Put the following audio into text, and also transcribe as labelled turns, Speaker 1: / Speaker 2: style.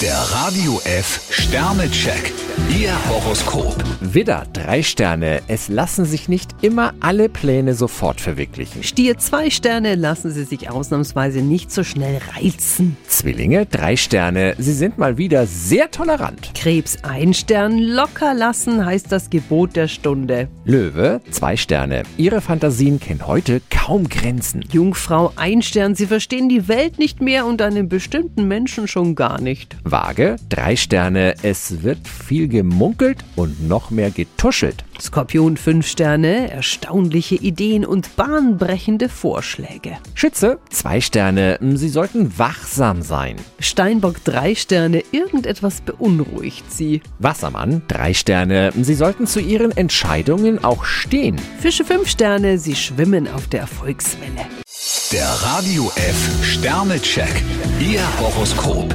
Speaker 1: Der Radio F Sternecheck. Ihr Horoskop.
Speaker 2: Widder, drei Sterne. Es lassen sich nicht immer alle Pläne sofort verwirklichen.
Speaker 3: Stier zwei Sterne, lassen Sie sich ausnahmsweise nicht so schnell reizen.
Speaker 2: Zwillinge, drei Sterne. Sie sind mal wieder sehr tolerant.
Speaker 3: Krebs ein Stern, locker lassen heißt das Gebot der Stunde.
Speaker 2: Löwe, zwei Sterne. Ihre Fantasien kennen heute kaum Grenzen.
Speaker 3: Jungfrau ein Stern, Sie verstehen die Welt nicht mehr und einen bestimmten Menschen schon gar nicht.
Speaker 2: Waage, drei Sterne. Es wird viel gemunkelt und noch mehr getuschelt.
Speaker 3: Skorpion fünf Sterne, erstaunliche Ideen und bahnbrechende Vorschläge.
Speaker 2: Schütze, zwei Sterne. Sie sollten wachsam sein.
Speaker 3: Steinbock drei Sterne, irgendetwas beunruhigt Sie.
Speaker 2: Wassermann, drei Sterne. Sie sollten zu ihren Entscheidungen auch stehen.
Speaker 3: Fische fünf Sterne, Sie schwimmen auf der Erfolgswelle.
Speaker 1: Der Radio F Sternecheck. Ihr Horoskop.